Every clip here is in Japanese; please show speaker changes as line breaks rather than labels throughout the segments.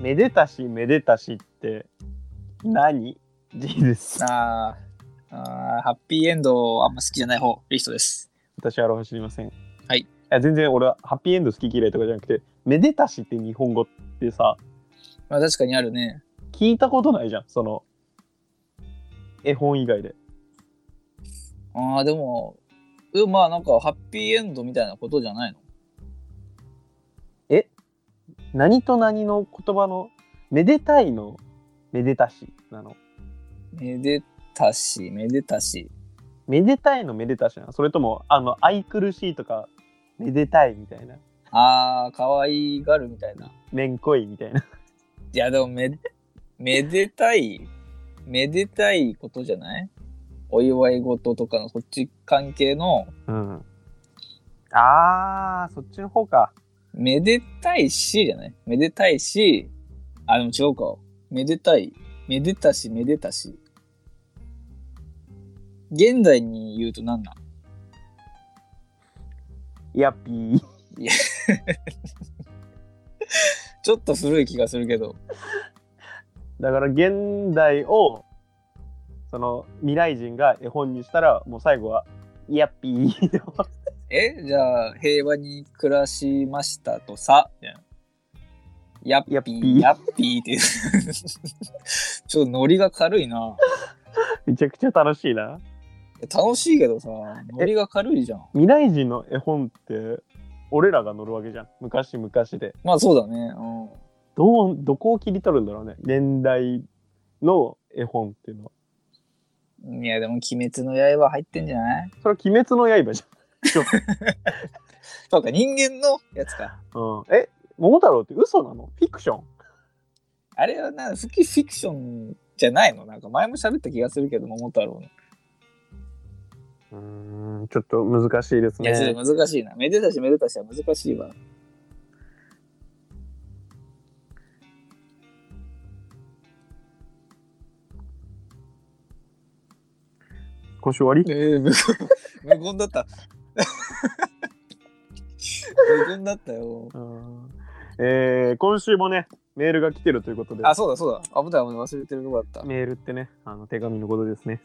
めでたしめでたしって何 ?G です。
あーあー、ハッピーエンドあんま好きじゃない方、リストです。
私はアロハ知りません。
はい
や全然俺はハッピーエンド好き嫌いとかじゃなくて、めでたしって日本語ってさ、
まあ確かにあるね。
聞いたことないじゃん、その、絵本以外で。
ああ、でも、うんまあなんかハッピーエンドみたいなことじゃないの
何と何の言葉の、めでたいの、めでたしなの。
めでたし、めでたし。
めでたいのめでたしなのそれとも、あの、愛くるしいとか、めでたいみたいな、
ああ、可愛がるみたいな。
めんこいみたいな。
いや、でもめ、めでたい、めでたいことじゃないお祝い事とかのそっち関係の、
うん。あー、そっちの方か。
めでたいしじゃないめでたいし、あ、でも違うか。めでたい。めでたし、めでたし。現代に言うと何なん
やっぴー。
ちょっと古い気がするけど。
だから現代をその未来人が絵本にしたらもう最後は「やっぴー」
えじゃあ、平和に暮らしましたとさ。やっぴ
やっぴー
ー、やっぴーって。 ちょっとノリが軽いな。
めちゃくちゃ楽しいな
楽しいけどさ、ノリが軽いじゃん。
未来人の絵本って俺らが乗るわけじゃん昔々で
まあそうだね。うん。
どうどこを切り取るんだろうね現代の絵本っていうのはい
や、でも、鬼滅の刃入ってんじゃない
それは「鬼滅の刃」じ
そうか、人間のやつか。
ゃん、うん、え桃太郎って嘘なのフィクション
あれはな、フィフィクションじゃないのなんか前も喋った気がするけど、桃太郎の。
うんちょっと難しいです
いや、ちょっと難しいな。めでたしめでたしは難しいわ。
今週終わり
えー、無無言だった。無言だったよ。
うんえー今週もねメールが来てるということで
あ、そうだそうだ。あ、危ない危ない。忘れてるとこだった。
メールってね、あの手紙のことですね。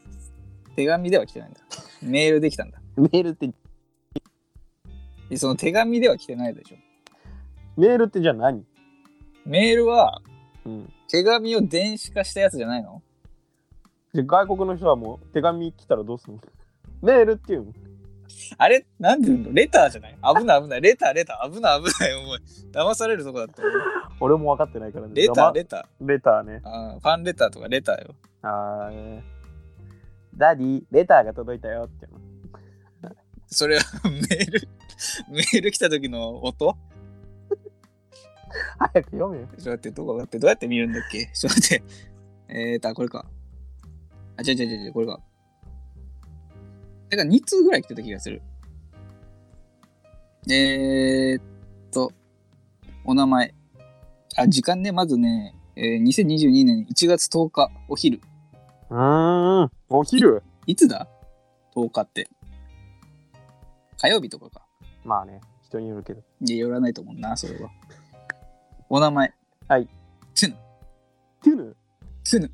手紙では来てないんだ。メールできたんだ。
メールって、
でその手紙では来てないでしょ。
メールってじゃあ何、
メールは
うん、
手紙を電子化したやつじゃないの
じゃあ外国の人はもう手紙来たらどうするのメールっていうの
あれなんていうのレターじゃない危ない危ない。レターレター。危ない危ない。お前、騙されるとこだった。
俺も分かってないからね。
レタ
黙
ーレター。
レターね。
あーファンレターとかレターよ。
あーダディ、レターが届いたよって。
それは メール、メール来た時の音
早く読めよ。
そうやってどこだってどうやって見るんだっけそうやって。えーと、あこれか。あ、違う違う違う違う、これか。なんか2通ぐらい来てた気がする。えーっと、お名前。あ、時間ね、まずね、えー2022年1月10日、お昼。
うーん、お昼
いつだ ?10 日って。火曜日とかか。
まあね、人によるけど。
いや、寄らないと思うな、それは。お名前。
はい。
つぬ。
トゥヌ
つぬ。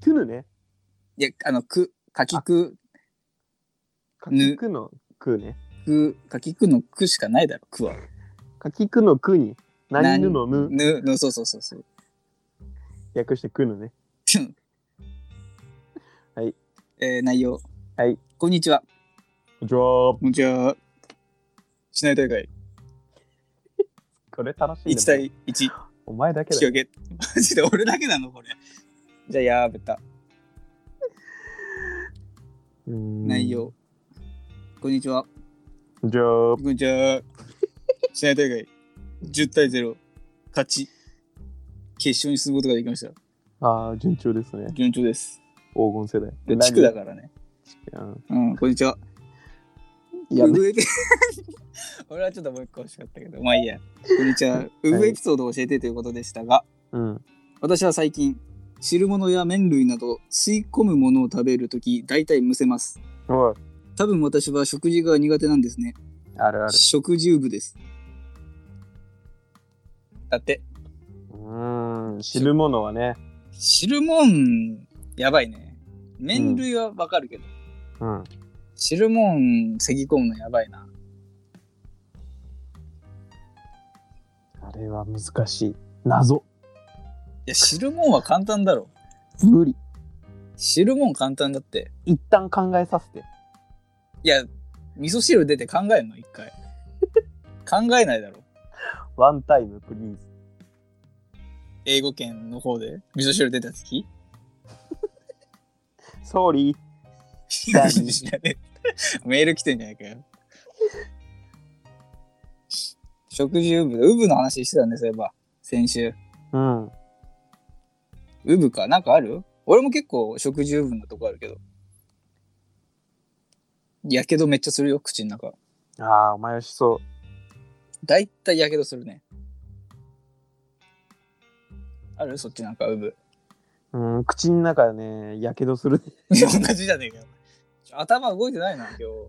トゥヌね。
いや、あの、く、かきく、
かきくのくね。
く、かきくのくしかないだろ、くは。
かきくのくに、何ぬのぬ、
ぬ、ぬ、そうそうそうそう。
略してくぬね。
つぬ。
はい。
えー、内容。
はい。
こんにちは。
じゃあ、
こんにちは。市内大会、
これ楽しいね
1対1、引
お前だけ
き
だよ。
分け。マジで俺だけなの、これ。じゃあ、やーべた。
うーん
内。容。こんにちは。
じゃあ、
こんにちは。試合大会10対0勝ち決勝に進むことができました。
ああ、順調ですね。
順調です。
黄金世代。
で地区だからね。
ら。うん
うん、こんにちは。
い や、
ウブエピ俺はちょっともう一個欲しかったけど、まあいいや。こんにちは。ウブエピソードを教えてということでしたが、
うん。
私は最近、汁物や麺類など吸い込むものを食べるとき、大体むせます。
おい、
多分私は食事が苦手なんですね。
あるある。
食事部です。だって。
うーうん、知るものはね。
知るもん、やばいね。麺類はわかるけど、
うん。
知るもん、せぎ込むのやばいな。
あれは難しい。謎。
いや、知るもんは簡単だろ。
無理。
知るもん簡単だって。
一旦考えさせて。
いや、味噌汁出て考えんの一回。考えないだろ。
ワンタイムプリーズ。
英語圏の方で味噌汁出た時
ソーリー。
知らねえ メール来てんじゃないかよ。食事ウブ、ウブの話してたね、そういえば。先週。
うん。
ウブか。なんかある俺も結構食事ウブなとこあるけど。やけどめっちゃするよ、口の中。
ああ、お前はしそ
だいたいやけどするね。あるそっちなんかウブ。
う。うん、口の中でね、やけどする。
同じじゃねえかよ。ちょ頭動いてないな、今
ちょ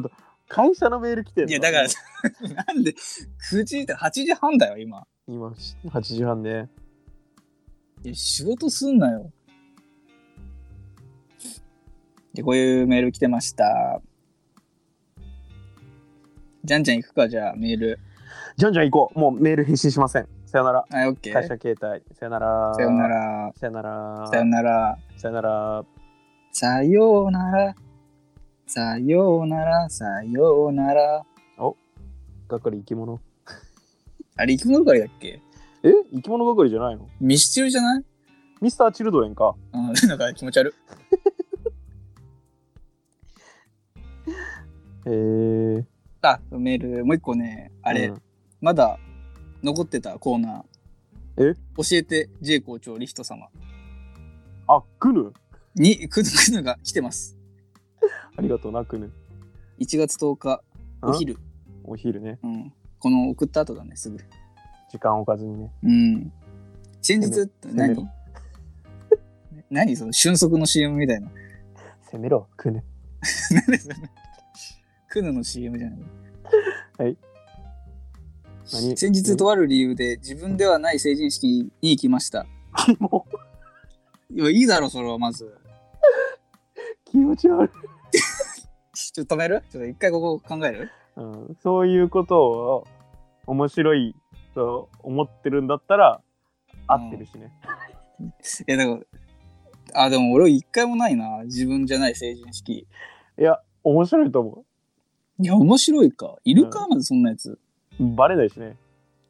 っと、会社のメール来てる
日。いや、だから、さ、 なんで、9時って8時半だよ、今。
今、8時半で。
いや、仕事すんなよ。で、こういうメール来てました。じゃんじゃん行くか、じゃあ、メール。
じゃんじゃん行こう。もうメール返信しません。さよなら。
はい、オッケ
会
ー。
社携帯。さよなら。
さよな。ら。
さよなら。
さよなら。
さよなら。
さようなら。さようなら。さようなら。
係生き物。
あれ、生き物係だっけ
え生き物係じゃないの
ミスチルじゃない
ミスター・チルドレンか。
うん、 なんか気持ち悪い。
へえー。
あ、メール、もう一個ね、あれ、
うん
まだ残ってたコーナー。
え
教えて、J 校長、リヒト様。
あ、クヌ
に、くぬ くぬが来てます。
ありがとうな、クヌ。
1月10日、お昼。
お昼ね。
うん。この送った後だね、すぐ。
時間置かずにね。
うん。先日って
めろ
何 何その瞬足の CM みたいな。
攻めろ、ク ヌ。
何ですかね。 くぬの CM じゃない。
何
先日とある理由で自分ではない成人式に行きました。
キモ。
いや、いいだろ、それはまず。
気持ち悪い。
ちょっと止めるちょっと一回ここ考える
うん、そういうことを面白いと思ってるんだったら合ってるしね。
いや、だから、あ、でも俺一回もないな。自分じゃない成人式。
いや、面白いと思
いや、面白いか。いるか、まずそんなやつ。
う。バレないしね。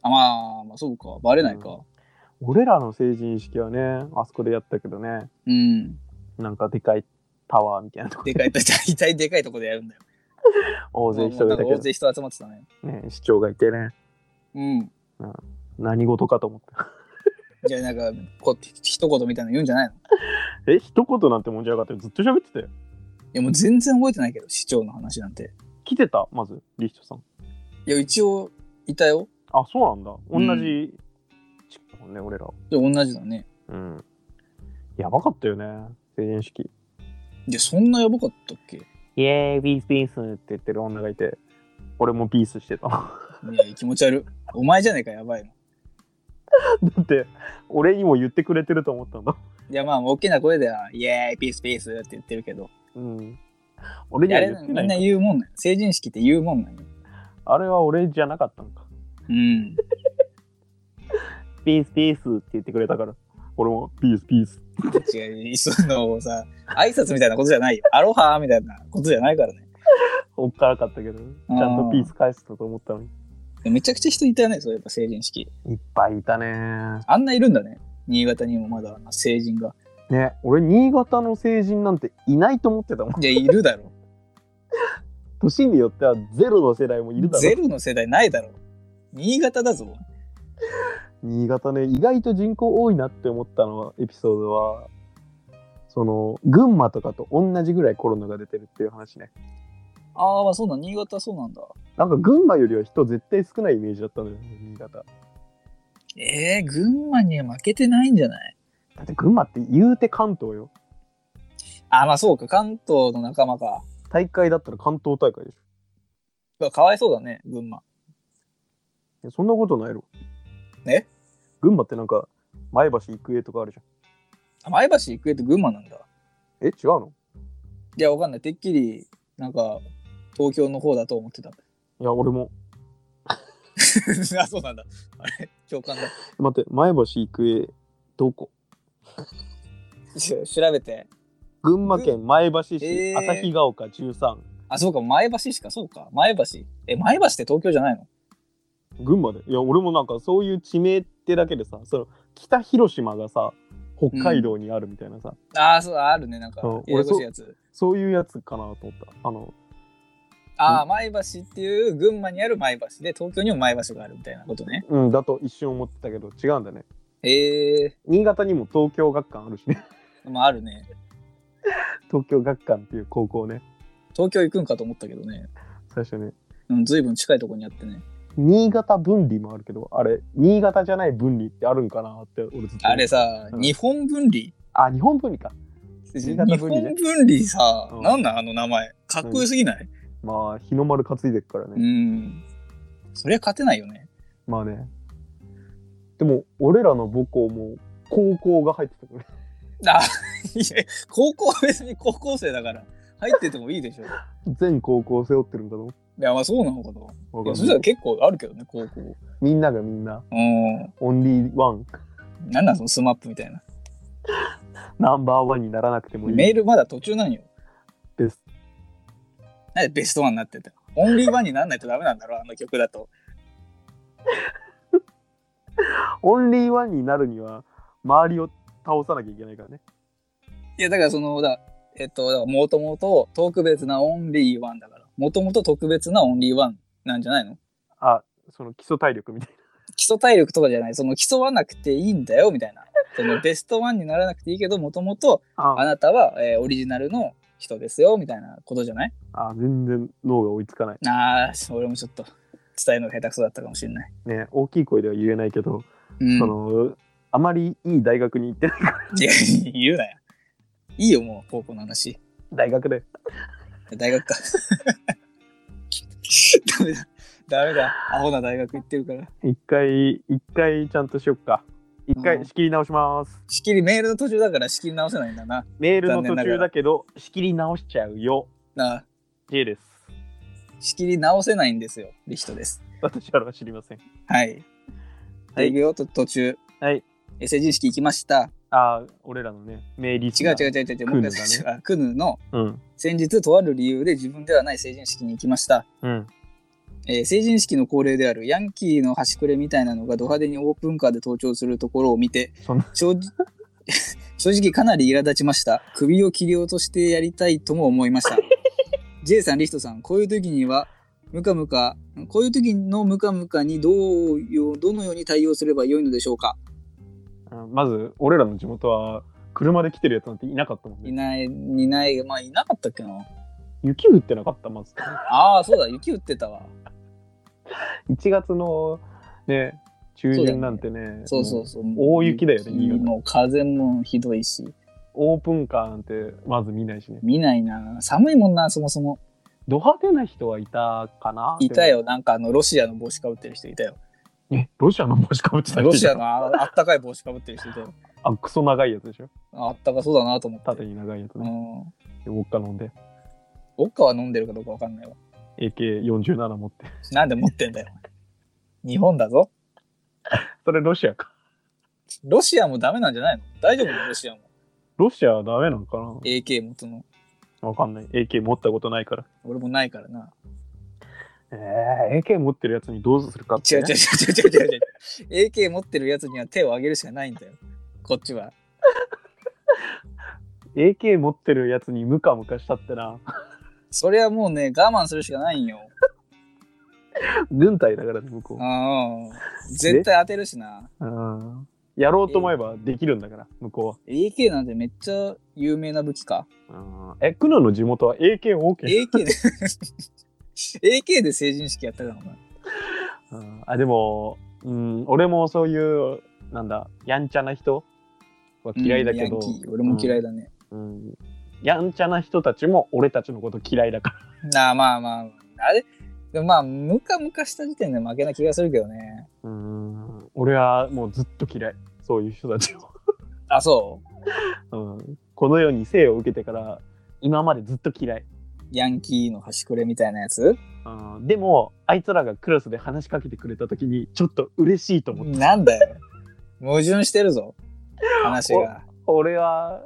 あ、まあ、まあ、そうか。バレないか。
俺らの成人式はね、あそこでやったけどね、
うん。
なんかでかいタワーみたいなとこ
でかい、 大体でかいとこでやるんだよ。
大勢人
も
がい
うな
たけ
んか大
ど、
勢人集まってたね。
ね、市長がいてね、
うん。
何事かと思った。
じゃあ、なんか、こう、一言みたいなの言うんじゃないのい
え、一言なんてもんじゃなかったよ。ずっと喋ってたよ。
や、もう全然覚えてないけど、市長の話なんて。
来てた、まず、リヒトさん。
いや、一応、いたよ。
あ、そうなんだ。
ん
同じ、地区だもんね、俺ら。
で、同じだね。
うん。やばかったよね、成人式。
いや、そんなやばかったっけい
イエーイ、ピースピースって言ってる女がいて、俺もピースしてた。 だ
や、気持ち悪い。お前じゃねえか、やばいの。い
って、俺にも言ってくれてると思ったんだ。
や、まあ、大きな声では、イエーイ、ピースピースって言ってるけど。
うん。俺に
あ
は
れ
言っ
な
て
み
ない
ん
んだ
な言うもんなんよ成人式って言うもんなんよ
あれは俺じゃなかったのか。
うん。
ピースピースって言ってくれたから、俺もピースピース。
違う、そのさ、挨拶みたいなことじゃないよ。アロハみたいなことじゃないからね。
おっからかったけど、ちゃんとピース返したと思ったのに。
めちゃくちゃ人いたよね、そういえば成人式。
いっぱいいたね。
あんないるんだね。新潟にもまだ成人が。
ね、俺、新潟の成人なんていないと思ってたもん。
いや、いるだろ
年によってはゼロの世代もいる
う。
だ
ゼ
ろ。
ロの世代ないだろう。新潟だぞ。
新潟ね、意外と人口多いなって思ったのは、エピソードは、その、群馬とかと同じぐらいコロナが出てるっていう話ね。
ああ、まあそうなん、新潟そうなんだ。
なんか群馬よりは人絶対少ないイメージだったんだよ、新潟。
ええ群馬には負けてないんじゃない
だって群馬って言うて関東よ。
ああ、まあそうか、関東の仲間か。
大会だったら関東大会でし
うわかわいそうだね、群馬。
ょ。そんなことないろ。
え
群馬ってなんか、前橋育英とかあるじ
あ前橋育英って群馬なんだ。
ゃん。え、違うの
いや、わかんない。てっきり、なんか、東京の方だと思ってた。
いや、俺も。
あ、そうなんだ。あれ、共感だ。
待って、前橋育英、どこ
ちょ調べて。
群馬県前橋市、
えー
旭ヶ丘13。
あ、そうか、前橋しか、そうか。前橋。え、前橋って東京じゃないの
群馬でいや俺もなんかそういう地名ってだけでさその北広島がさ北海道にあるみたいなさ、
あー、そう、あるね。なんか
うん、
ややこしいやつ。
そういうやつかなと思ったあの
ああ、前橋っていう群馬にある前橋で、東京にも前橋があるみたいなことね。
うんだと一瞬思ってたけど違うんだね
へえ
新潟にも東京学館あるしね
まああるね。
東京学館っていう高校ね
東京行くんかと思ったけどね。
最初ね
うん、随分近いとこにあってね。
新潟分離もあるけどあれ新潟じゃない分離ってあるんかなって俺ずっと思って
あれさ、
うん
日本分離
あ日本分離か
日
新
本
潟分離ね
分離さ、
うん
なんなんあの名前。かっこよすぎない、
まあ日の丸担いでっからね、
うん。そりゃ勝てないよね。
まあねでも俺らの母校も高校が入ってたからね
あ、いや、高校は別に高校生だから、入っててもいいでしょ。い
全高校背負ってるんだぞ
や、まあそうなのかと。
わ
い
かん
や、
ない
そしたら結構あるけどね、高校。
みんながみんな、
うん。
オンリーワン、
なんなんそのスマップみたいな。
ナンバーワンにならなくてもい
メ
い
ールまだ途中なんよ。
です。
なんでベストワンになってたオンリーワンにならないとダメなんだろう、あの曲だと。
オンリーワンになるには、周りを倒さなきゃいけないからね。
いや、だからその、だえっと、だからもともと特別なオンリーワンだから、もともと特別なオンリーワンなんじゃないの
あ、その基礎体力みたい
基礎体力とかじゃない、その競わなくていいんだよ、みたいな。そのベストワンにならなくていいけど、もともと
な。
あ
あ、
なたは、えーオリジナルの人ですよ、みたいなことじゃない
あ全然脳が追いつかない。
あー、俺もちょっと伝えるのが下手くそだったかもしれない。
ね、大きい声では言えないけど、
うん
その、あまりいい大学に行ってない。
いや、言うなよ。いいよ、もう、高校の話。
大学で。
大学か。 ダメだ。ダメだ。アホな大学行ってるから。
一回、一回ちゃんとしよっか。一
う
回
ん
仕切り直します。
仕切り、メールの途中だから仕切り直せないんだな。
メールの
残念
途
ながら
中だけど、仕切り直しちゃうよ。
なあ
J です。
仕切り直せないんですよ。リヒトです。
私らは知りません。
はい。
はい
営業と途中。
はい。
SG 式行きました。
あ、俺らのね、名リス
違う
ナー
違う違う違う。もう一回最初あクヌの
うん。
先日とある理由で自分ではない成人式に行きました。
うん。
えー成人式の恒例であるヤンキーの端くれみたいなのがド派手にオープンカーで登場するところを見て
そんな
正直 正直かなり苛立ちました首を切り落としてやりたいとも思いました J さんリヒトさんこういう時にはムカムカこういう時のムカムカにどうよどのように対応すればよいのでしょうか
まず、俺らの地元は、車で来てるやつなんていなかったもんね。
いないいないまあいなかったっけな
雪降ってなかった、まず。
ああそうだ雪降ってたわ
1月の、ね、中旬なんてね、
そうそう
も
そう
大雪だよね新潟
もう風もひどいし
オープンカーなんて、まず見ないしね。
見ないな寒いもんなそもそも
ド派手な人はいたかない
た。よ、なんかあのロシアの帽子かぶってる人いたよ。
でもえ、ロシアの帽子かぶってた人
ロシアのああったかい帽子かぶってる人いたよ。
あ、クソ長いやつでしょ。
ああったかそうだなと思って。
縦に長いやつ
う
ね。
ん。
でウォッカ飲んで、
ウォッカは飲んでるかどうかわかんないわ。
AK47 持って。
なんで持ってんだよ。日本だぞ。
それロシアか。
ロシアもダメなんじゃないの大丈夫なのロシアも。
ロシアはダメなのかな
AK 元の。
わかんない。AK 持ったことないから。
俺もないからな。
えー、AK 持ってるやつにどうするかって
違う
ね、
違う違う違う違う違う。AK 持ってるやつには手を挙げるしかないんだよ。こっちは。
AK 持ってるやつにムカムカしたってな
それはもうね、我慢するしかないんよ。
軍隊だからね向こ
うん。絶対当てるしな。
う、うん、やろうと思えばできるんだから向こ
AK なんてめっちゃ有名な武器か。
うは、うん、えクノの地元は AKOK、
AK で AK で成人式やったからお前
うん、あでも、うん、俺もそういうなんだやんちゃな人は嫌いだけど、
うんヤンキー俺も嫌いだね、
うん、やんちゃな人たちも俺たちのこと嫌いだから
なあまあまああれでもまあムカムカした時点で負けな気がするけどね
うん俺はもうずっと嫌いそういう人たちを、
あ、そう。
うん、この世に生を受けてから今までずっと嫌い、
ヤンキーの端くれみたいなやつ
うん、でもあいつらがクラスで話しかけてくれた時にちょっと嬉しいと思った、
なんだよ。矛盾してるぞ。話が。
俺は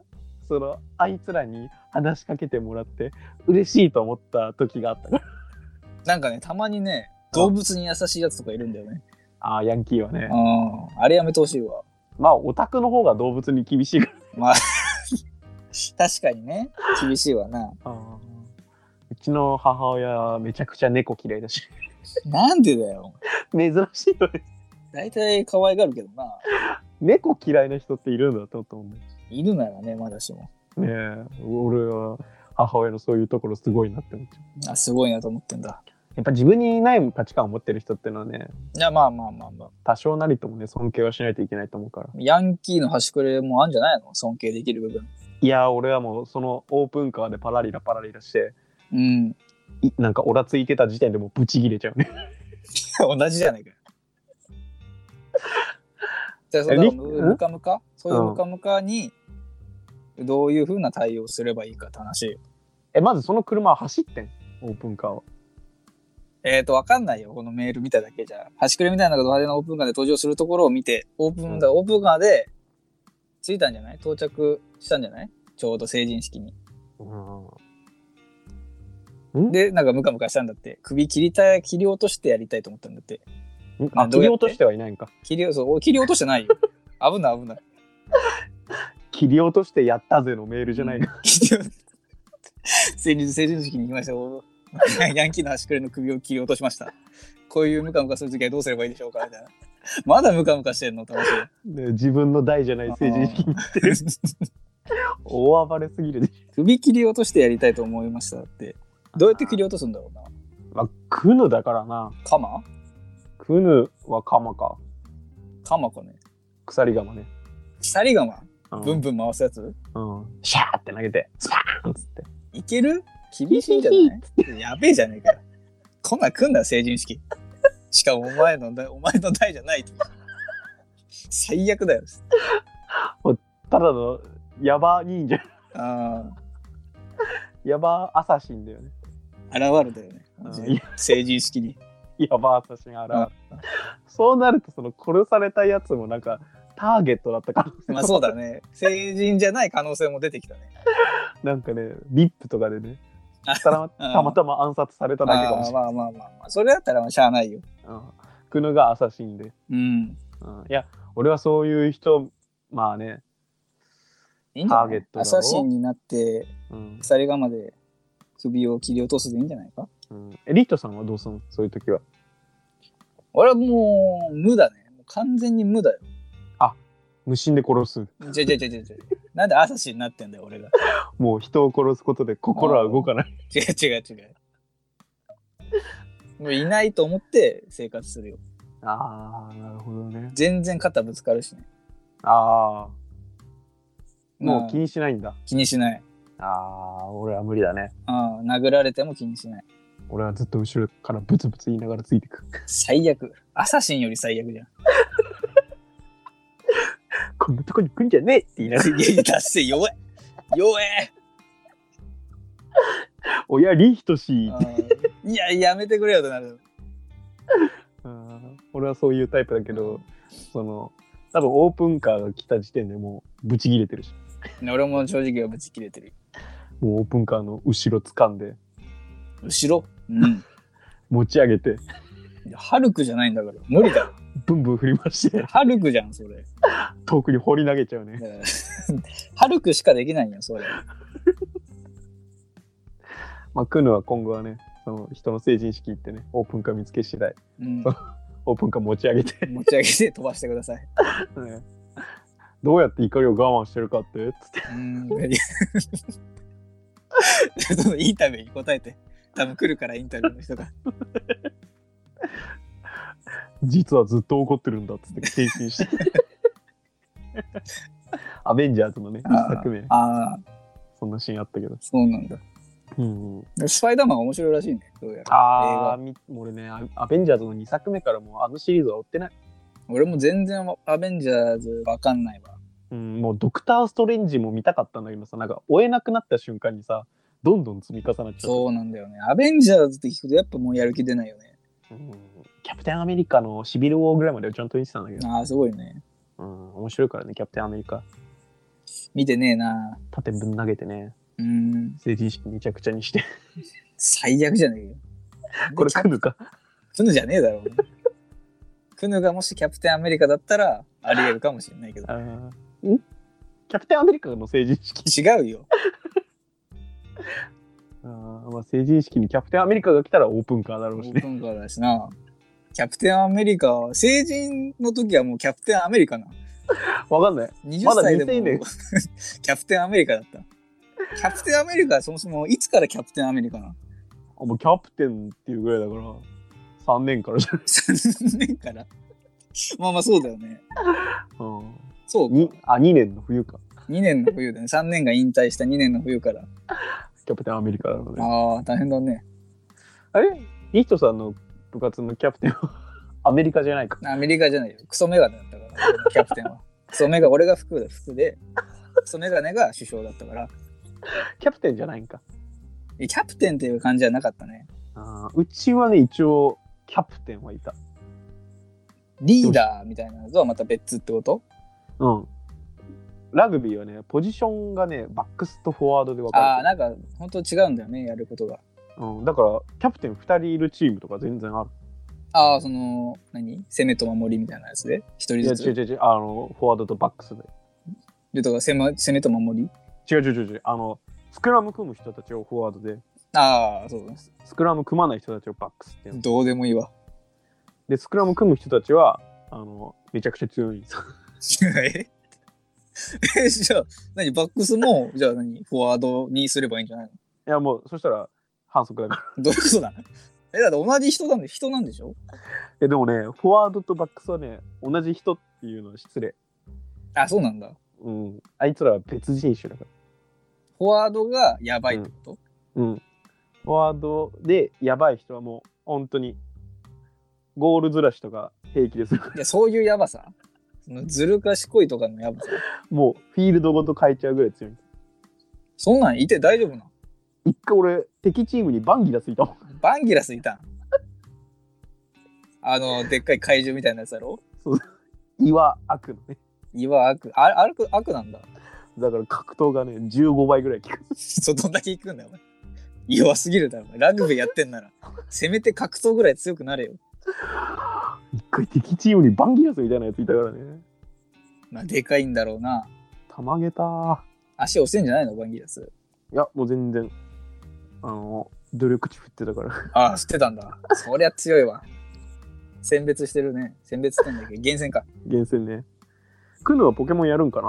そのあいつらに話しかけてもらって嬉しいと思った時があったから
なんかね、たまにね、動物に優しいやつとかいるんだよね。
あーヤンキーはね
うん。あれやめてほしいわ。
まあオタクの方が動物に厳しいか
まあ、確かにね、厳しいわな。
らうちの母親はめちゃくちゃ猫嫌いだし
なんでだよ。
珍しいよね
大体可愛がるけどな。
猫嫌いな人っているんだと思うんだ
犬ならね、まだしも。
ねえ俺は母親のそういうところすごいなって思っちゃう
あ、すごいなと思ってんだ。
やっぱ自分にない価値観を持ってる人っていうのはね
いや、まあまあまあまあ。
多少なりともね尊敬はしないといけないと思うから
ヤンキーの端くれもあんじゃないの尊敬できる部分。
いやー俺はもうそのオープンカーでパラリラパラリラして
うん。
いなんかオラついてた時点でもうブチギレちゃうね
同じじゃないかよ。 じゃあ、そ
え
の
り
ム
ん
ムカムカそういううんムカムカに、どういうふうな対応すればいいかって話よ。
えまずその車は走ってんオープンカーは
えっ、と、わかんないよ。このメール見ただけじゃ。端くれみたいなド派手なオープンカーで登場するところを見て、オープンだ、オープンカーで着いたんじゃない到着したんじゃないちょうど成人式に。
うん
で、なんかムカムカしたんだって。首切りたい、切り落としてやりたいと思ったんだって。
んあ
ねどう
切り
やって
落としてはいないんか
切り、そう、切り落として ないよ。危ない危ない。
切り落としてやったぜのメールじゃ ないの、
切り落と成人成人式に行きましたお。 ヤンキーの端くれの首を切り落としました。こういうムカムカするときはどうすればいいでしょうかみたいな。まだムカムカしてんの楽しい。
ね自分の代じゃない成人式にてる 大暴れすぎるでし
首切り落としてやりたいと思いましたって
ょ
どうやって切り落とすんだろうな
まあ、クヌだからな
カマ
クヌは鎌か
カマかね
鎖鎌ね、
鎖釜
うん
ブンブン回すやつ
うん、シャーって投げてスパーンっつって
いける厳しいんじゃないやべえじゃねえかよこんなん来んだ成人式しかもお前の代お前の代じゃないと最悪だよ
ただのヤバ忍者
あ
ヤバアサシンだよね
ー現れたよね
うん
成人式に
ヤバアサシンあら、
うん
そうなるとその殺されたやつもなんかターゲットだったから
まあそうだね成人じゃない可能性も出てきたね
なんかねリップとかでね
あ
たま
うん
たまたま暗殺されただけかも
あ
し
ー
れない、
まあまあまあまあそれだったらまあしゃあないよ
うん、クヌがアサシンで、
うん
うん、いや俺はそういう人まあね、
いいんじゃない
ターゲットだろ
アサシンになって
うん
鎖釜で首を切り落とすでいいんじゃないか
うん、えリットさんはどうすんのそういう時は
俺はもう無だね。もう完全に無だよ。
無心で殺す
じゃじゃじゃじゃじゃ。なんでアサシンになってんだよ、俺が。
もう人を殺すことで心は動かない
違う違う違う。もういないと思って生活するよ。
ああなるほどね
全然肩ぶつかるしね。
ああ
ま
も
あ
う気にしないんだ
気にしない。
ああ俺は無理だね
ああ殴られても気にしない。
俺はずっと後ろからブツブツ言いながらついてく
最悪。アサシンより最悪じゃん。
こんなとこに来んじゃねえって言いなが
いやいや、達成弱え。弱え。
ら「親リヒトシー
ああいや、やめてくれよとなる。」
うん俺はそういうタイプだけどその多分オープンカーが来た時点でもうブチギレてるし
俺も正直はぶち切れてる。
もうオープンカーの後ろ掴んで
後ろうん。
持ち上げて
いやハルクじゃないんだから。無理だよ。
ブンブン振り回 して
ハルクじゃん、それ。
遠くに放り投げちゃうね
うんハルクしかできないよ、それ。
まあ、クヌは今後はね、その人の成人式行ってね、オープンカー見つけ次第、
うん、
オープンカー持ち上げて、
持ち上げて飛ばしてください。
ねどうやって怒りを我慢してるかって、つって、
うん、いやそのインタビューに答えて。多分来るから、インタビューの人が。
実はずっと怒ってるんだっつって、転身して。 アベンジャーズのね、一作目、
ああ、
そんなシーンあったけど。
そうなんだ。
うんうん、
スパイダーマンが面白いらしいね、どうやら。
ああ、み俺ね、アアベンジャーズの2作目からもうあのシリーズは追ってない。
俺も全然アベンジャーズわかんないわ。
うん、もうドクター・ストレンジも見たかったんだけどさなんか追えなくなった瞬間にさどんどん積み重なっちゃ
そうなんだよね。アベンジャーズって聞くとやっぱもうやる気出ないよね。
う、うん、キャプテンアメリカのシビル・ウォーぐらいまではちゃんと見てたんだけど、
ああ、すごいね。
うん、面白いからねキャプテンアメリカ
見てねえな。
縦ぶん投げてね
うーん、
成人式めちゃくちゃにして
最悪じゃねえよ。
これ来
くぬ
るか
くぬじゃねえ だろ。くぬがもしキャプテンアメリカだったらありえるかもしれないけど。
あーんキャプテンアメリカの成人式
違うよ。
あー、まあ、成人式にキャプテンアメリカが来たらオープンカーだろ
オ
うし
ー
ね
プンカーだしな。キャプテンアメリカは、成人の時はもうキャプテンアメリカな。
わかんない
20
まだ
歳で
未成
も
年
キャプテンアメリカだった。キャプテンアメリカはそもそもいつからキャプテンアメリカなの
あもうキャプテンっていうぐらいだから3年からじゃ
?3 年から。まあまあそうだよね。
ん、
そう
うん、に
か。
あ2年の冬か
2年の冬だね。3年が引退した2年の冬から。
キャプテンアメリカなので
ああ、大変だね。
あれリヒトさんの部活のキャプテンはアメリカじゃないか。
アメリカじゃないよ。クソメガネだったから、キャプテンは。クソメガ、俺が服だ、服で。クソメガネが首相だったから。
キャプテンじゃないんか。
えキャプテンっていう感じはなかったね。
あーうちはね、一応、キャプテンはいた。
リーダーみたいなのとはまた別ってこと
うん。ラグビーはね、ポジションがね、バックスとフォワードで分
あ
か
あ、
れて
なんか本当違うんだよね、やることが。
る。うん、だから、キャプテン2人いるチームとか全然ある。
ああ、その、何攻めと守りみたいなやつで一
い
人
や、
ず
違う
つ。
違う違う、あの、フォワードとバックスで。
で、とか攻め攻めと守り
違う違う違う違う、あの、スクラム組む人たちをフォワードで、
ああ、そうだ。
スクラム組まない人たちをバックスってやる。
どうでもいいわ。
で、スクラム組む人たちは、あの、めちゃくちゃ強いんです。
え え、じゃあ、何バックスも、じゃあ何フォワードにすればいいんじゃない
いや、もう、そしたら、反則だから。
のどういうことだえ、だって同じ人なんで、人なんでしょ
えでもね、フォワードとバックスはね、同じ人っていうのは失礼。
あ、そうなんだ。
うん。あいつらは別人種だか
フォワードがやばいってこと、
ら。うん。フォワードでやばい人はもう、本当に、ゴールずらしとか平気でする。
いや、そういうやばさ。そのずる賢いとかのやばさ。
もう、フィールドごと変えちゃうぐらい強い。
そんなんいて大丈夫なの
一回俺、敵チームにバンギラついたもん。
バンギラスいたんあの、でっかい怪獣みたいなやつだろ
岩悪のね。
岩悪、あ悪く、悪なんだ。
だから格闘がね、15倍ぐらい効く。
そうどんだけ行くんだよ、お前。弱すぎるだろ、お前ラグビーやってんなら。せめて格闘ぐらい強くなれよ。
一回敵チームにバンギラスみたいなやついたからね。
まあ、でかいんだろうな。
たまげたー
足押せんじゃないの、バンギラス。
いや、もう全然、あの、努力値振ってたから。
ああ、知ってたんだ。そりゃ強いわ。選別してるね。選別ってんだっけど、厳選か。
厳選ね。クヌはポケモンやるんか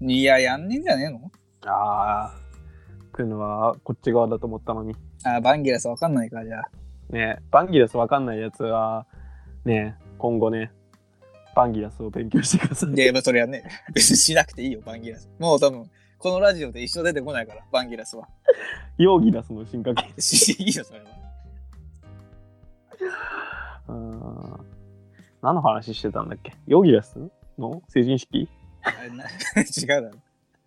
ない
や、やんねえんじゃねえの
ああ。クヌはこっち側だと思ったのに。
ああ、バンギラスわかんないか、じゃあ。
ねえバンギラスわかんないやつは、ねえ今後ね、バンギラスを勉強してください。
いや、まあそれはね、 別にしなくていいよ、バンギラス。もう多分、このラジオで一生出てこないから、バンギラスは。
ヨーギラスの進化系。
しいいよ、それは。
うーん。何の話してたんだっけヨーギラスの成人式
あれな 違うだろ。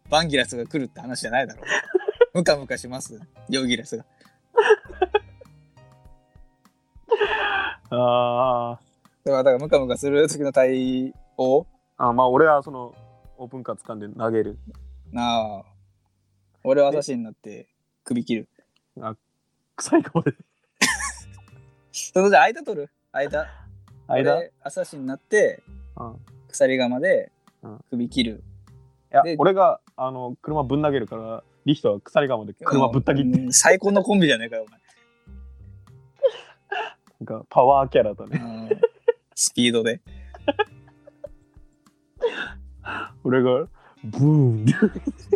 バンギラスが来るって話じゃないだろ。ムカムカします、ヨーギラスが。
あ
だから、だからムカムカする時の対応
あ。あまあ俺はその、オープンカー掴んで投げる。
なあ。俺は足になって首切る。
臭い顔で。
それで間取る間。
間
俺アサシンになって
うん。
鎖釜で
うん
首切る。
いや
で、
俺が、あの、車ぶん投げるから、リヒトは鎖釜で車ぶった切って、
うん最高のコンビじゃねえかよ、お前。
なんかパワーキャラだね。
うんスピードで。
俺が、ブーン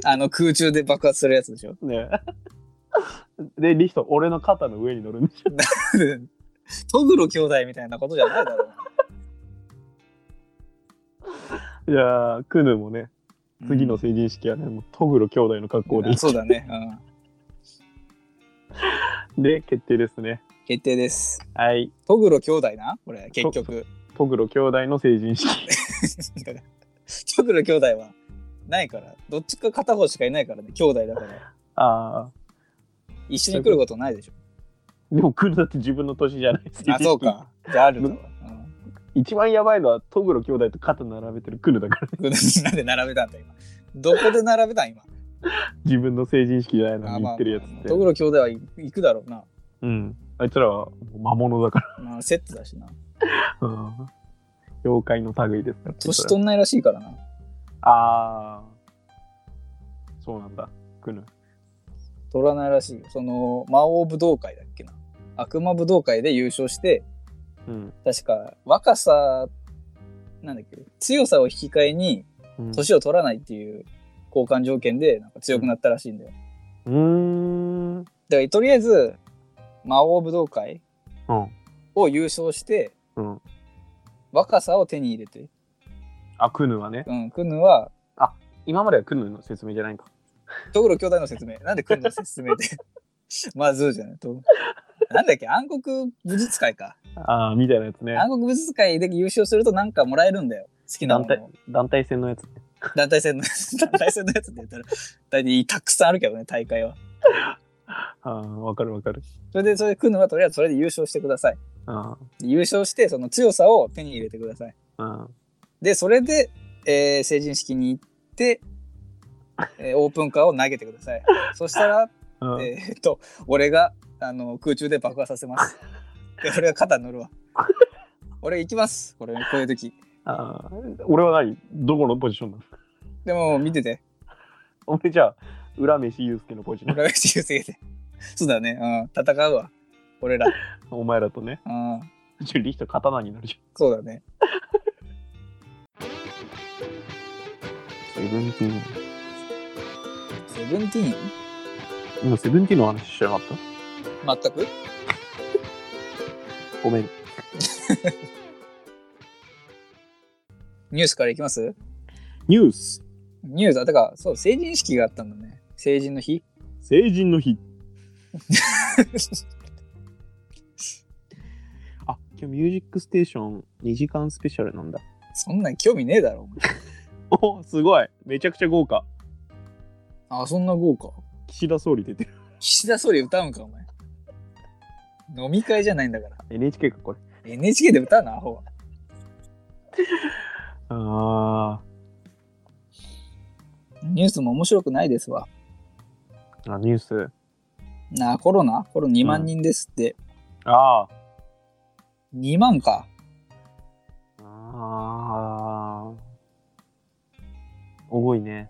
あの空中で爆発するやつでしょ。
ね。 で、リヒト、俺の肩の上に乗るん でしょ。
トグロ兄弟みたいなことじゃないだろ。
いやー、クヌもね、 次の成人式はね、もうトグロ兄弟の格好で
うん。そうだね。うん
で、決定ですね。
決定です。
はい。
トグロ兄弟な、これ、結局。
トグロ兄弟の成人式
トグロ兄弟はないからどっちか片方しかいないからね兄弟だから
ああ
一緒に来ることないでしょ
でも来るだって自分の年じゃない
あそうかじゃああるの、う
む
ん、
一番やばいのはトグロ兄弟と肩並べてるクルだからね
なんで並べたんだ今どこで並べたん今
自分の成人式じゃないの
あ
に
ま
言
あ
ってるやつって、
トグロ兄弟は行くだろうな、
うんあいつらはもう魔物だか
まあ、セットだしな
ら、うん 妖怪の類ですから
年取んないらしいからな
ああそうなんだクル
取らないらしいよその魔王武道会だっけな悪魔武道会で優勝して
うん、
確か若さなんだっけ強さを引き換えに
うん、う
年を取らないっていう交換条件でなんか強くなったらしいんだよ
ーん
だからとりあえず魔王武道会
うん
を優勝して、
うん
若さを手に入れて、
あクヌはね
うん、クヌは
今まではクヌの説明じゃないんか
トグロ兄弟の説明なんでクヌの説明 でまずじゃないとなんだっけ暗黒武術会か
ああみたいなやつね
暗黒武術会で優勝するとなんかもらえるんだよ好きな
団
もの
体
を
団体戦のやつ
団体戦の 団体戦のやつって言ったら大体たくさんあるけどね大会は
ああわかるわかる
それでそれでクヌはとりあえずそれで優勝してください
あ
優勝してその強さを手に入れてください
あうん
で、それで、えー成人式に行って、えーオープンカーを投げてください。そしたら、
うん
えーっと、俺があの空中で爆破させます。で、俺が肩乗るわ。俺行きます。これ、こういう時。
あー俺は何どこのポジションなの
でも、見てて。
俺じゃあ浦飯祐介のポジション
俺が自由すぎて。 そうだね。うん。戦うわ。俺ら。
お前らとね
うん。
ちょリヒト刀になるじ
そうだね。
ゃんセブンティーン
セブンティーン
今セブンティーンの話しなかった
全く
ごめん
ニュースからいきます
ニュース
ニュース、あ、てか、そう、成人式があったんだね。成人の日。
成人の日あ今日ミュージックステーション2時間スペシャルなんだ
そんなん興味ねえだろ、お前
おすごいめちゃくちゃ豪華
あ、そんな豪華。
岸田総理出て る
岸田総理歌うんか、お前。飲み会じゃないんだから。
NHK かこれ
NHK で歌うな、アホは。
あ
ニュースも面白くないですわ。
ーあニュース
なあ、コロナコロナ2万人ですって。
あー
2万か。
あー多いね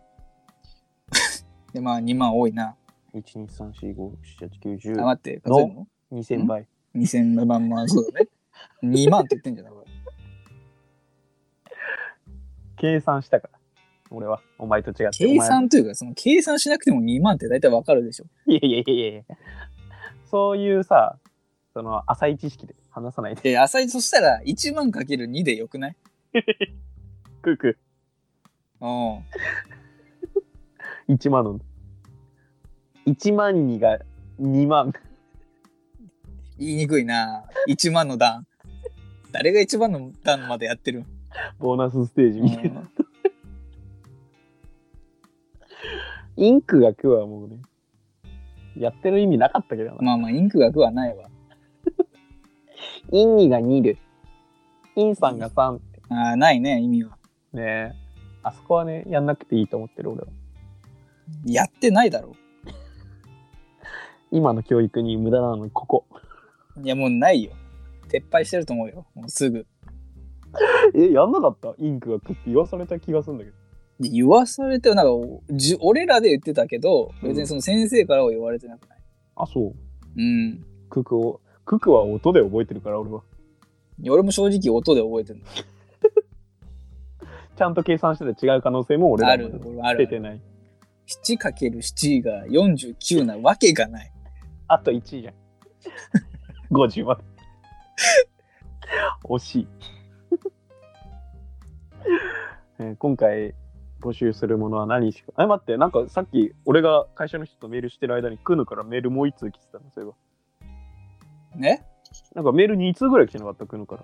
で、まあ2万多いな。あ、
12345678910
待って、数えるの
2000倍
2000万万、そう だね。2万って言ってんじゃないこれ
計算したから俺はお前と違って
計算というか、その計算しなくても2万って大体わかるでしょ。
お 前いやいやいやいやいやそういうさその浅い知識で話さないで
で、浅い、そしたら1万かける2でよくない
クーク
うん。
ー1万の1万2が2万
言いにくいな。1万の段。誰が1万の段までやってる
ボーナスステージみたいな、
ん
インクが今日はもうねやってる意味なかったけどな、
まあまあ、インク学はないわ。
イン2が2でインさんが3
ああ、ないね、意味は。
ねあそこはねやんなくていいと思ってる俺は
やってないだろ
今の教育に無駄なのここ
う。いや、もうないよ。撤廃してると思うよ。もうすぐ。
えやんなかったインクがくって言わされた気がするんだけど
で言わされてる、なんかおじ、俺らで言ってたけど、
うん
別にその先生からは言われてなくない。
あそう
うん。
ククをククは音で覚えてるから俺は
俺も正直音で覚えてるの。
ちゃんと計算してて違う可能性も俺
あ
ら
る
まで、
あ
出
る。
てない
7×7 が49なわけがない。
あと1位じゃん 50まで 惜しい、 えー今回募集するものは何しかえ待ってなんかさっき俺が会社の人とメールしてる間にクヌからメールもう1通来てたのそういえば
ね
なんかメール2通ぐらい来てなかったクヌから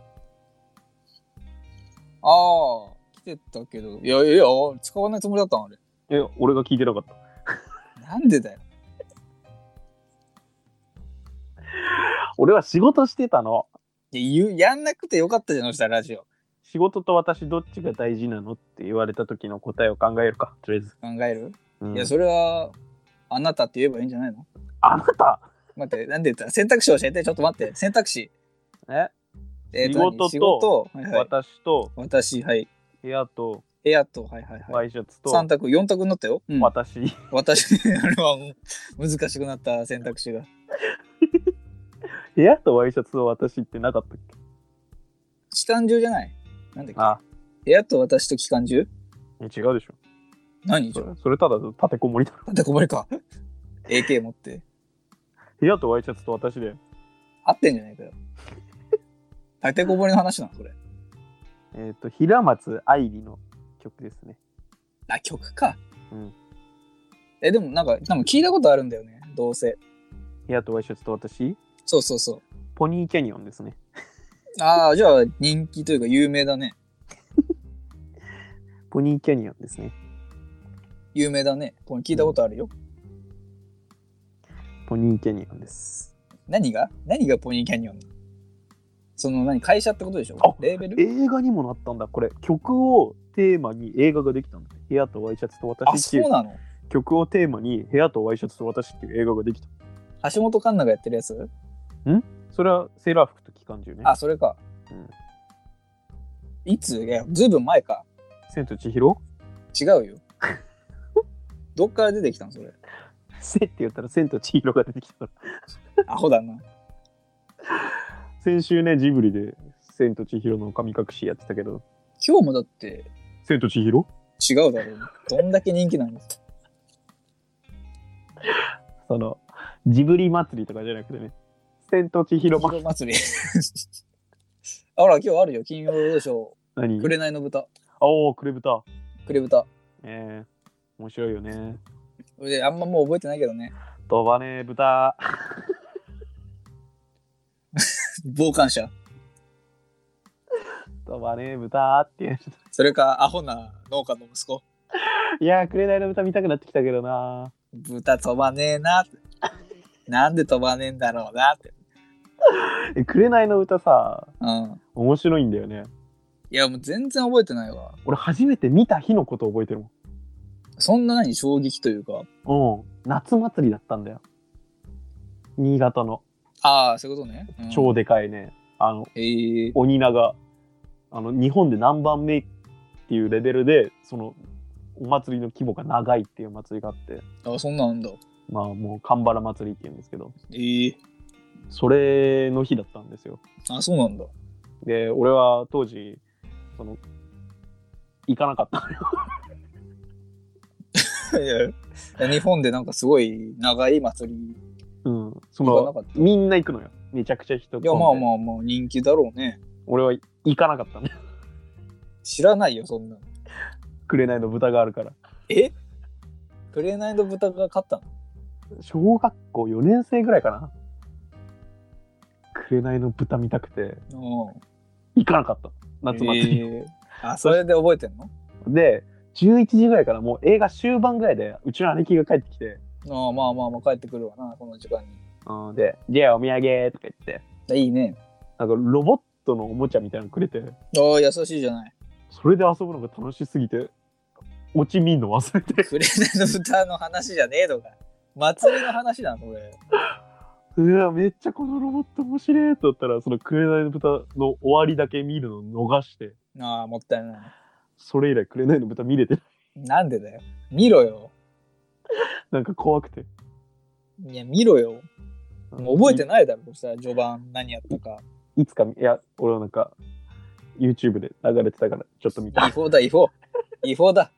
ああ、来てたけど、いやいや、使わないつもりだったのあれ。
え、俺が聞いてなかった。
なんでだよ。
俺は仕事してたの。
いや言うやんなくてよかったじゃん、そしたらラジオ。
仕事と私どっちが大事なのって言われた時の答えを考えるか、とりあえず。
考える、
うん
いや、それは、あなたって言えばいいんじゃないの
あなた
待って、なんで言った選択肢教えて、ちょっと待って。選択肢。
え
えー
仕事と
仕事、はいはい、
私と
私、はい。
部屋と
部屋と、はいはいは
ワ
い。
イシャツと
3択、4択になったよ。うん、
私。
私、 あれはもう難しくなった選択肢が。
部屋とワイシャツと私ってなかったっけ
機関銃じゃないなんだっけ
あ
部屋と私と機関銃
いや違うでしょ。
何じ
そ
ゃ
れそれただ立てこもりだろ。
なんだこぼれか。AK 持って。
部屋とワイシャツと私で。
合ってんじゃないかよ。立てこぼれの話なのそれ。
えっ、と、平松愛理の曲ですね。
あ、曲か。
うん。
え、でもなんか、多分聞いたことあるんだよね。どうせ。
部屋とワイシャツと私、
そうそうそ
ポニーキャニオンですね。
う。ああ、じゃあ人気というか有名だね。
ポニーキャニオンですね。
有名だね。これ聞いたことあるよ。
ポニーキャニオンです。
何が何がポニーキャニオンなのその何会社ってことでしょ
あ
レーベル
映画にもなったんだ、これ。曲をテーマに映画ができたんだ。部屋とワイシャツと
あ、
私ってい
そう
う
なの
曲をテーマに部屋とワイシャツと私っていう映画ができた。
橋本環奈がやってるやつ
それはセーラー服と機関銃ね。
あ、それか。
うん
いついや、ずいぶん前か。
千と千尋
違うよ。 どっから出てきたのそれ。
せって言ったら千と千尋が出てきたから。
アホだな。
先週ね、ジブリで千と千尋の神隠しやってたけど、
今日もだって
千と千尋
違うだろう。どんだけ人気なんです
その、ジブリ祭りとかじゃなくてね、千と千 尋祭り。
広祭り。あほら、今日あるよ。金曜ロードショー。
何
紅の豚。
おー、クレブタ。
くれ豚。
えー、面白いよね。
で、あんまもう覚えてないけどね。
飛ばねえ豚。
傍観者。
飛ばねえ豚っていう。
それか、アホな農家の息子。
いやー、紅の豚見たくなってきたけどな。
豚飛ばねえなって。なんで飛ばねえんだろうなって。
え、紅の豚さ、
うん。
面白いんだよね。
いや、もう全然覚えてないわ。
俺、初めて見た日のこと覚えてる
そんな何衝撃というか。
もん。うん。夏祭りだったんだよ。新潟の。
ああ、そういうことね。うん
超でかいね。あの、
へえ
鬼名が、あの、日本で何番目っていうレベルで、その、お祭りの規模が長いっていう祭りがあって、
あ、そんなんあんだ。
まあもう、神原祭りって言うんですけど、
ええ
それの日だったんですよ。
あ、そうなんだ。
で俺は当時その行かなかった
いやいや日本でなんかすごい長い祭り。
うんそ
行か
の
なかった。い
みんな行くのよめちゃくちゃ人混んで
や、まあまあまあ人気だろうね。
俺は行かなかったね
知らないよ、そんなの。
紅の豚があるから
え紅の豚が勝ったの
小学校4年生ぐらいかな紅の豚見たくて
うん。
行かなかった夏祭り、
ええあ、それで覚えてんの
で11時ぐらいからもう映画終盤ぐらいでうちの姉貴が帰ってきて
ああまあまあまあ帰ってくるわな、この時間に。
うんで「じゃあお土産」とか言って
いいね。
なんかロボットのおもちゃみたいなのくれて
ああ、優しいじゃない。
それで遊ぶのが楽しすぎて落ち見んの忘れて
紅の豚の話じゃねえのか。祭りの話なの、これ。
うわめっちゃこのロボット面白いと思ったらその「紅の豚」の終わりだけ見るのを逃して
ああ、もったいない。
それ以来「紅の豚」見れてない
なんでだよ。見ろよ。
なんか怖くて
いや、見ろよ。もう覚えて
い
ないだろ、そしたら序盤何やったか。
いつか見いや俺はなんか YouTube で流れてたからちょっと見
違
た
法だ、違法。違法だ。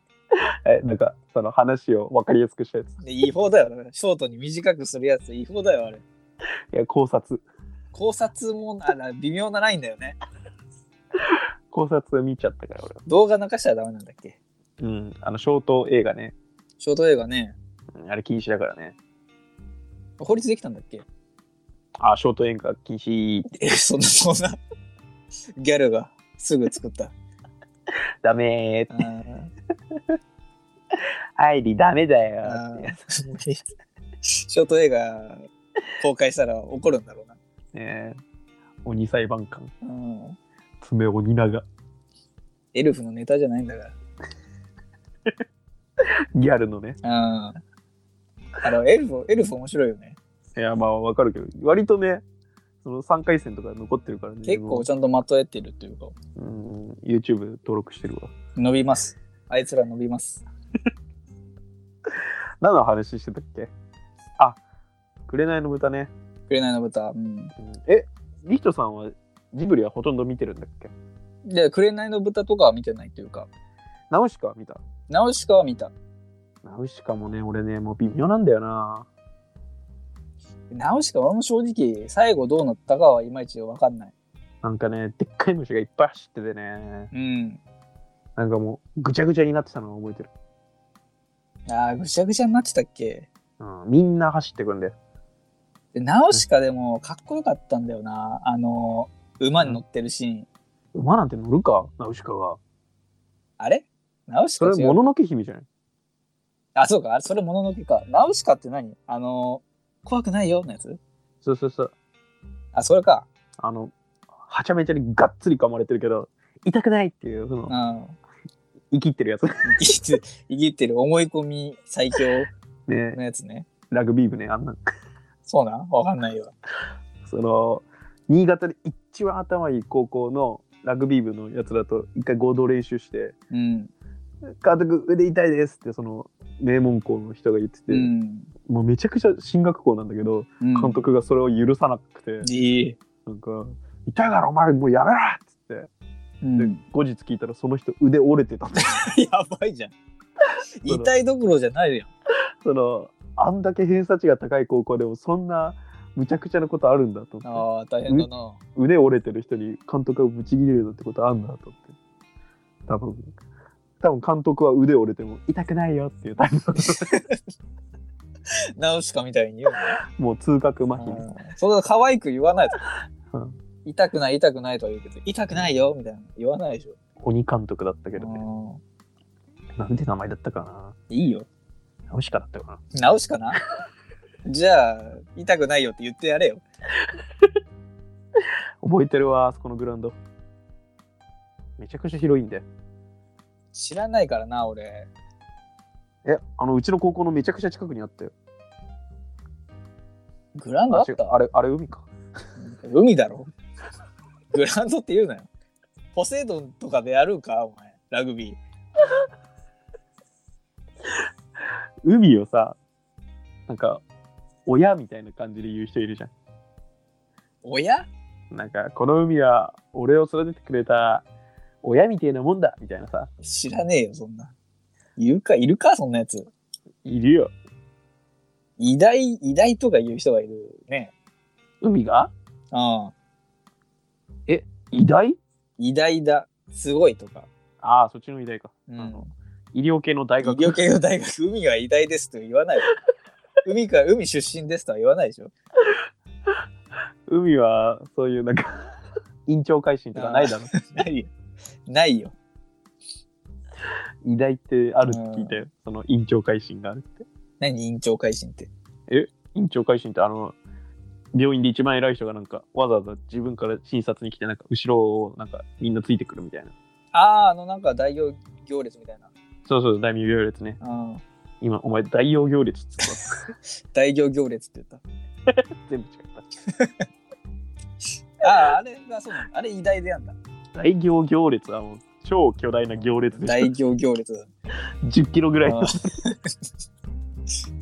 えなんかその話を分かりやすくしたやつ
で違法だよ。だからショートに短くするやつ、違法だよ、あれ。
いや考察
考察もあら微妙なラインだよね。
考察見ちゃったから俺は
動画流しちゃダメなんだっけ
うんあのショート映画ね
ショート映画ね、
うんあれ禁止だからね
法律できたんだっけ
あショート映画禁止
え、そんな、そんな、ギャルがすぐ作った。
ダメー
あ
アイリダメだよーってや
ーショート映画公開したら怒るんだろうな。
つね鬼裁判官
うん、
爪鬼長
エルフのネタじゃないんだから。
ギャルのね
ああのエルフ、エルフ面白いよね。
いやまあわかるけど割とねその3回戦とか残ってるからね
結構ちゃんとまとえてるっていうか、
自分もうん YouTube 登録してるわ
伸びます。あいつら伸びます。
何の話してたっけあ紅の豚ね、
紅の豚。うん。
うんえリヒトさんはジブリはほとんど見てるんだっけ
で、紅の豚とかは見てないっていうか、
ナウシカは見た
ナウシカは見た。
ナウシカもね俺ねもう微妙なんだよな
ナウシカ、俺も正直、最後どうなったかはいまいちわかんない。
なんかねでっかい虫がいっぱい走っててね
うん。
なんかもうぐちゃぐちゃになってたのを覚えてる、
ああ、ぐちゃぐちゃになってたっけ
うん、みんな走ってくんだよ
でナウシカでもかっこよかったんだよな。あの、馬に乗ってるシーン。
馬なんて乗るかナウシカが
あれナウシ
そ
カ
れ
違
も
う
ののけ姫じゃない
あ、そうか。あれ、それもののけか。ナウシカって何あの、怖くないよのやつ
そうそうそう
あ、それか。
あのはちゃめちゃにがっつり噛まれてるけど痛くないっていうその
うん。
生きってるやつ
生きて、生きてる思い込み最強
ね
のやつね。
ラグビー部ねあん な
そうなんわかんないよ。
その新潟で一番頭いい高校のラグビー部のやつらと一回合同練習して
うん。
「監督腕痛いです」ってその名門校の人が言ってて、
うん。
もうめちゃくちゃ進学校なんだけど
うん
監督がそれを許さなくて、
いい。
なんか「痛いだろお前もうやめろ!」っつって、
うん
で後日聞いたらその人腕折れてた
やばいじゃん。痛いどころじゃないよ。
そのあんだけ偏差値が高い高校でもそんなむちゃくちゃなことあるんだと思って
ああ、大変だな。
腕折れてる人に監督がブチギレるなんてことあんだと思って多分多分監督は腕折れても痛くないよっていうタイプ
ナウシカみたいに言うな。
もう通覚麻
う
痺
んそんな可愛く言わないと
うん。
痛くない痛くないとは言うけど、痛くないよみたいなの言わないでしょ。
鬼監督だったけどね
うん
なんて名前だったか
いいよ。
なナウシカだったか
ナウシカな。 じゃあ、痛くないよって言ってやれよ。
な覚えてるわあそこのグラウンドめちゃくちゃ広いんで
知らないからな、俺。
えあのうちの高校のめちゃくちゃ近くにあったよ
グラウンドあ
あ
っ
違う
た
あれあれ海か
海だろ。 グラウンドって言うなよ。ポセイドンとかでやるか、お前。ラグビー。
海をさなんか親みたいな感じで言う人いるじゃん
親
なんか、この海は俺を育ててくれた親みてえなもんだみたいなさ、
知らねえよ、そんな。いるか、いるか、そんなやつ。
いるよ。
偉大、偉大とか言う人がいるね。
海が
うん。
偉大
偉大だ、すごいとか。
ああ、そっちの偉大か。
うん
あの医療系の大
医
学。
療系の大学、海が偉大ですとは言 わないよ。海か、海出身ですとは言わないでしょ。
海はそういうなんか、 院長改心とかないだろ。
ないよ。ないよ。
偉大ってあるって聞いたよ。その院長改心があるって。
何、院長改心って。
院長改心ってあの、病院で一番偉い人がなんかわざわざ自分から診察に来てなんか後ろをなんかみんなついてくるみたいな。
ああ、あの、なんか大行行列みたいな。
そうそう、大名行列ね。
うん。
今、お前大名行列っつってた
大行行列って言っ
全部違った。
た。ああ、あれがそうなんだ。あれ偉大でやんだ。
大行行列はもう超 巨大な行列で
大行行列だ。
10キロぐらいの
うん